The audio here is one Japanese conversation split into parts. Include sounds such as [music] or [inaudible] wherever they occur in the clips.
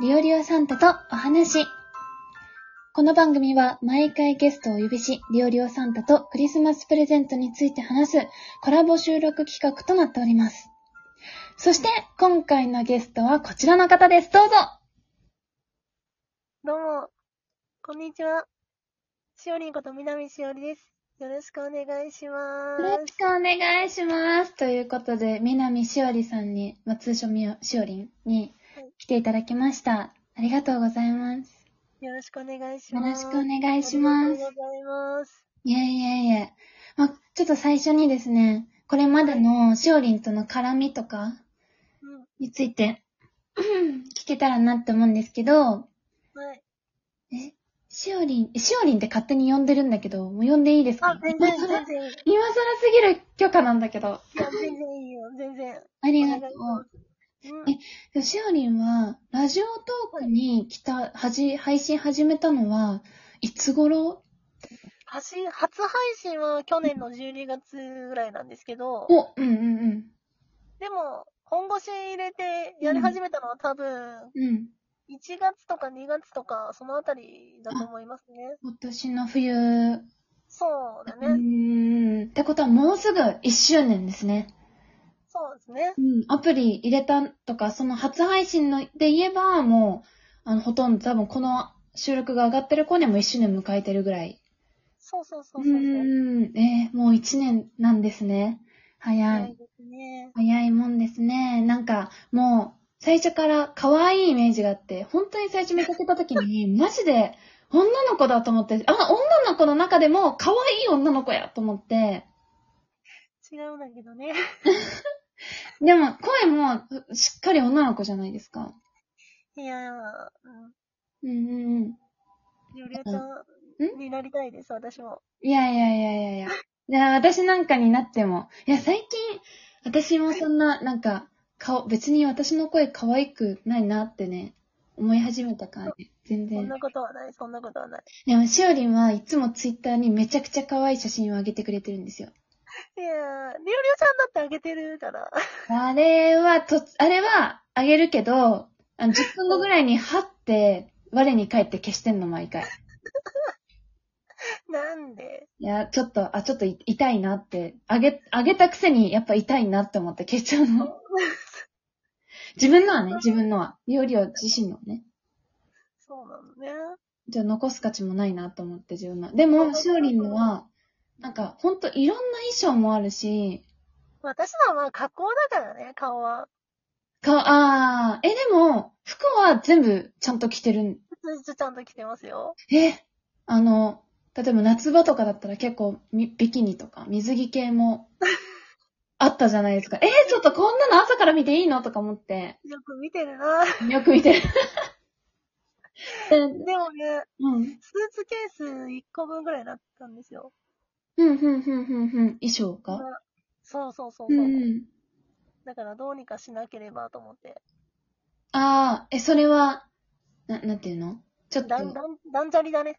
リオリオサンタとお話。この番組は毎回ゲストをお呼びし、リオリオサンタとクリスマスプレゼントについて話すコラボ収録企画となっております。そして、今回のゲストはこちらの方です。どうぞどうも、こんにちは。しおりんこと南しおりです。よろしくお願いしまよろーしす。くお願いします。ということで、南しおりさんに、まあ、通称みおしおりんに来ていただきました。ありがとうございます。よろしくお願いしよまろす。しくお願いしまありすがと。うございます。いえいえいえ。まあ、ちょっと最初にですね、これまでのしおりんとの絡みとかについて聞けたらなって思うんですけど、うん、はい。しおりん、しおりんって勝手に呼んでるんだけど、もう呼んでいいですかあ、全然、全然いい。 [laughs] 今更すぎる許可なんだけど。いや、全然いいよ、全然。ありがとお願う。うんえでしおりんは、ラジオトークに来た、はじ、配信始めたのは、いつ頃はし初配信は去年の12月ぐらいなんですけど、お、うんうんでも、本腰入れてやり始めたのは多分、うん。うん。 1月とか2月とか、そのあたりだと思いますね。今年の冬そうだうーね。んってことはもうすぐ1周年ですね。そうですね。うん、アプリ入れたとか、その初配信ので言えば、もう、あの、ほとんど多分この収録が上がってる子にはもう1周年迎えてるぐらい。そうそうそううそうそう。ーん、えーもう1年なんですね。早い。はいですね。早いもんですね。なんか、もう、最初から可愛いイメージがあって、本当に最初見かけた時 [laughs] に、マジで、女の子だと思って、あ、女の子の中でも可愛い女の子やと思って、違うんだけどね。 [laughs] でも、声もしっかり女の子じゃないですか。いやー、うん。うんうんうん。料理屋うんになりたいです、私も。いやいやいやいやいや。いや、私なんかになっても。いや、最近、私もそんな、なんか、顔、別に私の声可愛くないなってね、思い始めたからね。全そん然。なことはない、そんなことはない。でも、しおりんはいつもツイッターにめちゃくちゃ可愛い写真を上げてくれてるんですよ。いやー、料理屋さんだってあげてるから。 [laughs] あれは、と、あれは、あげるけど、あの、10分後ぐらいに、はって、我に返って消してんの、毎回。なんでいや、ちょっと、あ、ちょっとい痛いなって、あげ、あげたくせに、やっぱ痛いなって思って消しちゃうの。自分のはね、自分のは。料理を自身のはね。そうなのね。じゃあ残す価値もないなと思って、自分のは。でも、しおりんのは、なんか、ほんといろんな衣装もあるし、私のはまあ加工だからね、顔は。か、あー、え、でも、服は全部ちゃんと着てるん。普通にちゃんと着てますよ。え、あの、例えば夏場とかだったら結構みビキニとか水着系もあったじゃないですか。えー、ちょっとこんなの朝から見ていいのとか思って、よく見てるな。 [laughs] よく見てる。ででもね、うん。スーツケース1個分ぐらいになったんですよ。ふんふんふんふんふん。衣装まあか。そうそうそううそう。んうん。だからどうにかしなければと思って。あー、え、それは、な、なんていうのちょっと、だん、だん、だんじゃりだね。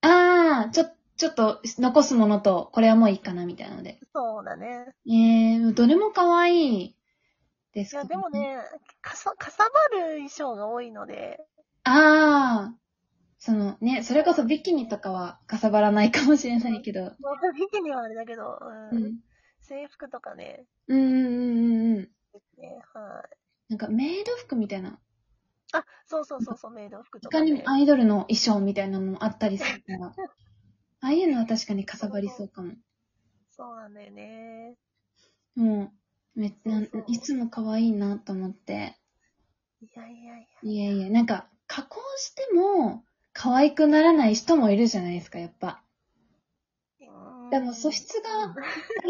あー、ちょ、ちょっと残すものと、これはもういいかなみたいなので。そうだね。えー、どれも可愛いですいか、や、でも。ね、かさ、かさばる衣装が多いので、ああ、そのね、それこそビキニとかはかさばらないかもしれないけど。まあ、ビキニはあれだけど、ううんん。制服とかね、うんうんうんうん。ねはい。なんかメイド服みたいな。あ、そうそうそうそう、メイド服と他か、にねも。アイドルの衣装みたいなのもあったりするから。ああいうのは確かにかさばりそうかも。そうなんだよね。もう、めっちゃそうそう、いつも可愛いなと思って。いやいやいや。いやいや、なんか、加工しても可愛くならない人もいるじゃないですか、やっぱ。うでーんも素質がうんあ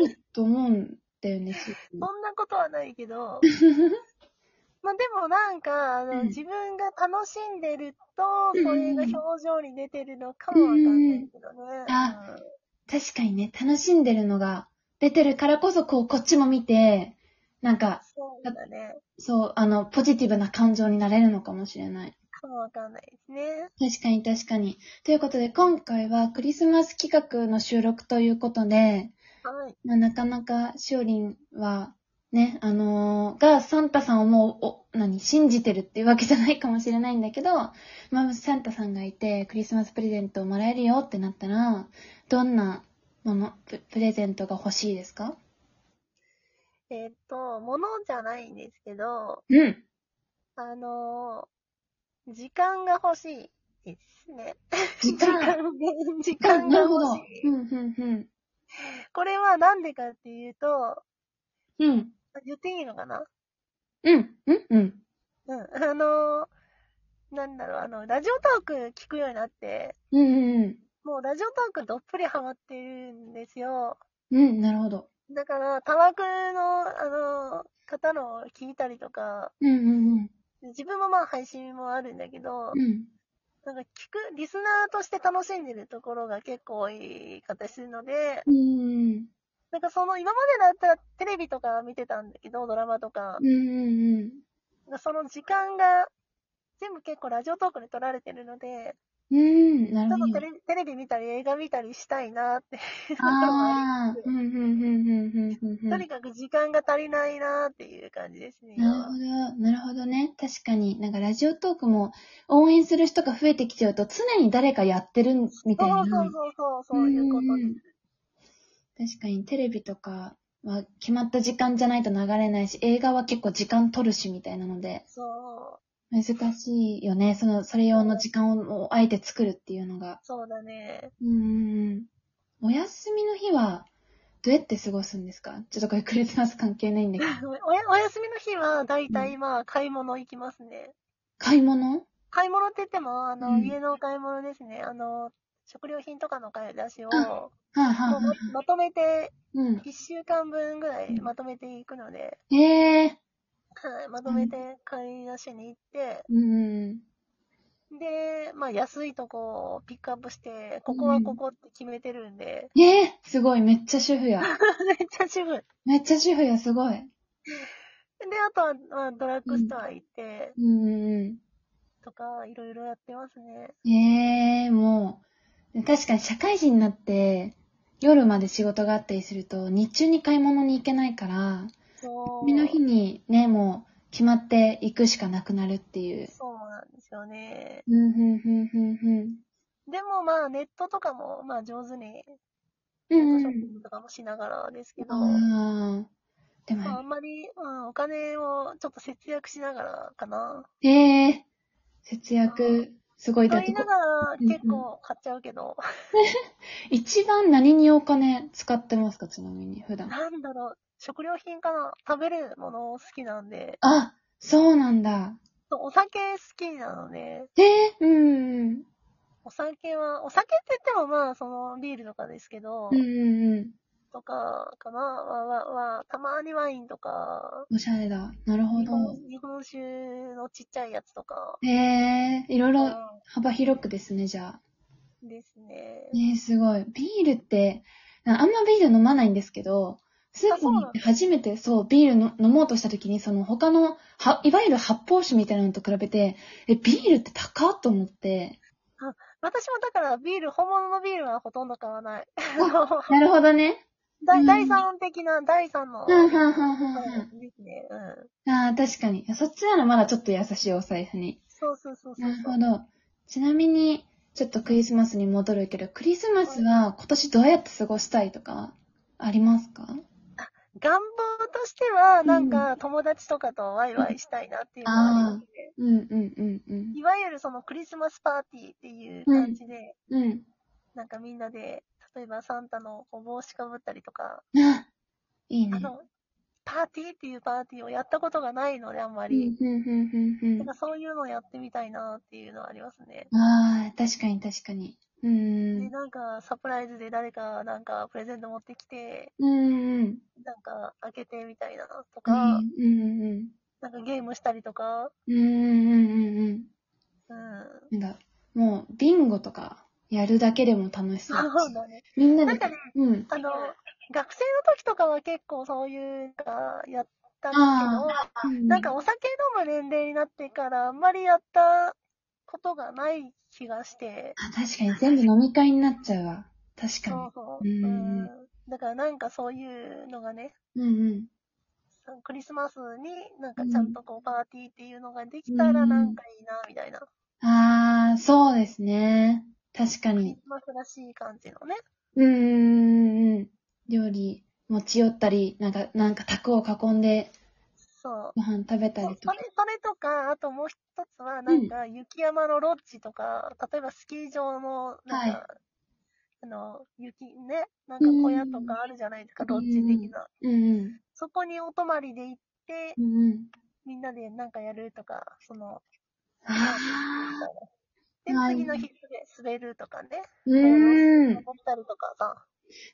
ると思うんだよね、しそんなことはない [laughs] けど、まあでもなんか、あの、うん自分が楽しんでると、うんそれが表情に出てるのかもわかんないけどね。んあ確かにね、楽しんでるのが出てるからこそ、こう、こっちも見て、なんか、そうだね。そう、あの、ポジティブな感情になれるのかもしれない。かもわかんないですね。確かに確かに。ということで、今回はクリスマス企画の収録ということで、はい。まあ、なかなかしおりんは、ね、あのーがサンタさんをもう何、信じてるっていうわけじゃないかもしれないんだけど、まあ、サンタさんがいて、クリスマスプレゼントをもらえるよってなったら、どんなもの、ププレゼントが欲しいですかえーっと、物じゃないんですけど、うん。あのー時間が欲しいですね。時時間。間が、時あ間がなるほ欲ど。しうい。ん、うん、うん。これはなんでかっていうと、うん。言っていいのかなうん、うん、うん。うん。あのーなんだろう、あの、ラジオトーク聞くようになって、うん、うん、もうラジオトークどっぷりハマってるんですよ。うん。うん、なるほど。だから、タワクの、あの、方のを聞いたりとか、うん、うん、自分もまあ配信もあるんだけどうん。、うん。なんか聞く、リスナーとして楽しんでるところが結構多い方するので、うん、なんかその今までだったらテレビとか見てたんだけど、ドラマとかうん、、うん。なんかその時間が全部結構ラジオトークに取られてるので、うん、なちるょっほとどテ。レテレビ見たり映画見たりしたいなっていうところもあああ、うん、うん、うん、うん、うん、うん。り、とにかく時間が足りないなっていう感じですね。なるほど、なるほどね。確かに、なんかラジオトークも応援する人が増えてきちゃうと常に誰かやってるみたいな。そうそうそうそう、そういうことです。うん確かにテレビとかは決まった時間じゃないと流れないし、映画は結構時間取るしみたいなので、そう、難しいよね。その、それ用の時間ををあえて作るっていうのが。そうだね。うん。お休みの日は、どうやって過ごすんですかちょっとこれクリスマス関係ないんだ [laughs] けど。おやお休みの日は、だいたいまあ、買い物行きますね。買い物買い物って言っても、あの、うん家のお買い物ですね。あの、食料品とかの買い出しを、あもはあ、うはあまはあ、まとめて、うん。 1週間分ぐらいまとめていくので、ええはいまとめて買い出しに行って、うん。で、まあ、安いとこをピックアップして、ここはここって決めてるんで、 [laughs] ええすごい、めっちゃ主婦や。めっちゃ渋い。めっちゃ主婦や、すごい。で、あとは、まあ、ドラッグストア行って、うんうんとか、いろいろやってますね。うん。ええもう、確かに社会人になって、夜まで仕事があったりすると、日中に買い物に行けないから、そう。休みの日にね、もう決まって行くしかなくなるっていう。そうなんですよね。うん、うん、うん、うん、でもまあ、ネットとかも、まあ、上手に、うネットん。うショッんピングとかもしながらですけど、ああ。でまあ、も、あんまり、うん、お金をちょっと節約しながらかな。ええ節約、すごい。とだって言いなこ、がら、うんうん結構買っちゃうけど、 [laughs] 一番何にお金使ってますか、ちなみに、普段。なんだろう、食料品かな食べるもの好きなんで、あ、そうなんだ。お酒好きなので、ええうん。お酒は、お酒って言ってもまあ、その、ビールとかですけど、うんうんうとかかな、は、は、は、たまにワインとか、ん。おしゃれだ。なるほ日本ど。日本酒のちっちゃいやつとか、ええいろいろう幅広くですね、じゃあ。んですね。ねえ、すごい。ビールって、ああんまビール飲まないんですけど、スーパーに行って初めてそう、ビールの飲もうとした時に、その他の、はいわゆる発泡酒みたいなのと比べて、え、ビールって高っと思って。私もだからビール、本物のビールはほとんど買 [laughs] わない。あのなるほどね。う第ん第三的な、第三の。うん、うん、うん、うんはいですね。うん。うん。ああ、確かに。そっちならまだちょっと優しいお財布に。そうそうそうそなうる。ほど。ちなみに、ちょっとクリスマスに戻るけど、クリスマスは今年どうやって過ごしたいとか、ありますか願望としては、なんか友達とかとワイワイしたいなっていうのがありますね。うんうんうんうん。いわゆるそのクリスマスパーティーっていう感じで、うん。なんかみんなで、例えばサンタのこう帽子かぶったりとか、あ、いいねあ。の、パーティーっていうパーティーをやったことがないので、あんまうんり。うんうんうんなんかそういうのをやってみたいなっていうのはありますね。うん。ああ、確かに確かに。うで、ん。なんかサプライズで誰かなんかプレゼント持ってきて、うんうん。なんか開けてみたいなとうか、んうんうん。なんかゲームしたりとか、うんうんうんうん。うん。なんだ、もう、ビンゴとか、やるだけでも楽しそ。[laughs] そううだね。みんななんでかね、うん。あの、学生の時とかは結構そういう、なんかやったんだうけど、なんかお酒飲む年齢になってからあんまりやったことがない気がして、あ、確かに全部飲み会になっちゃうわ。確そかうそう。うんだからなんかそういうのがね、に。うんうん。あのクリスマスになんかちゃんとこうパーティーっていうのができたらなんかいいな、みたいな。あー、そうですね。確かクにリ。スマスらしい感じのね。うーん。料理持ち寄ったり、なんか、なんか卓を囲んでそう。ご飯食べたそりうとかそれ。それとか、あともう一つは、なんか、雪山のロッジとか、例えばスキー場の、なんか、はあの、雪ね、なんか小屋とかあるじゃないですか、うんロッジ的な。うんうん。そこにお泊まりで行って、うんうん。みんなでなんかやるとか、その、あで、はい次の日滑るとかね、ー。うーん。登ったりとかさ、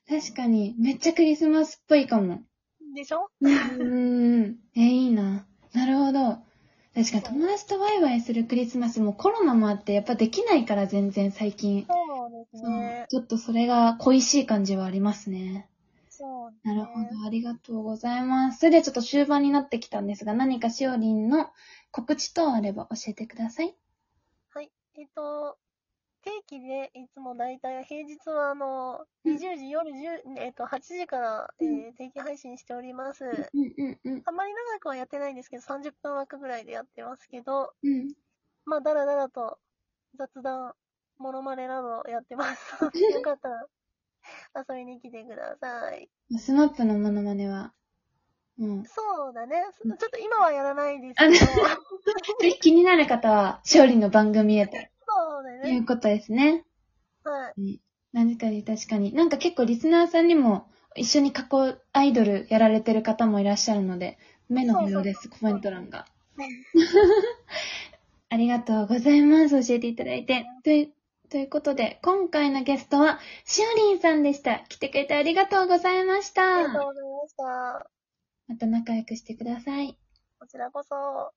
確かに。めっちゃクリスマスっぽいかも。でしょうーん。え、いいな。なるほど。確かに友達とワイワイするクリスマスもコロナもあって、やっぱできないから全然最近。そうですそうね。。ちょっとそれが恋しい感じはありますね。そうですなね。るほど。ありがとうございます。それではちょっと終盤になってきたんですが、何かしおりんの告知等あれば教えてください。はい。えっと、定期でいつも大体平日はあの、うん20時、夜10、えっと、8時から、えうー定期配信しております。うんうんうん。あんまり長くはやってないんですけど、30分枠ぐらいでやってますけど、うん。まあ、だらだらと雑談、モノマネなどやっ [laughs] てます。よかったら遊びに来てください。スマップのモノマネは、もう、そうだね。ちょっと今はやらないですあけど、そうぜひ気になる方は、しおりんの番組へとだいね。うことですね。はい。確かに確かに。なんか結構リスナーさんにも一緒に過去アイドルやられてる方もいらっしゃるので、目の保養です、コメント欄が。 [laughs] ありがとうございます。教えていただいて。というということで、今回のゲストは、しおりんさんでした。来てくれてありがとうございましあたりが。とうございました。また仲良くしてください。こちらこそ。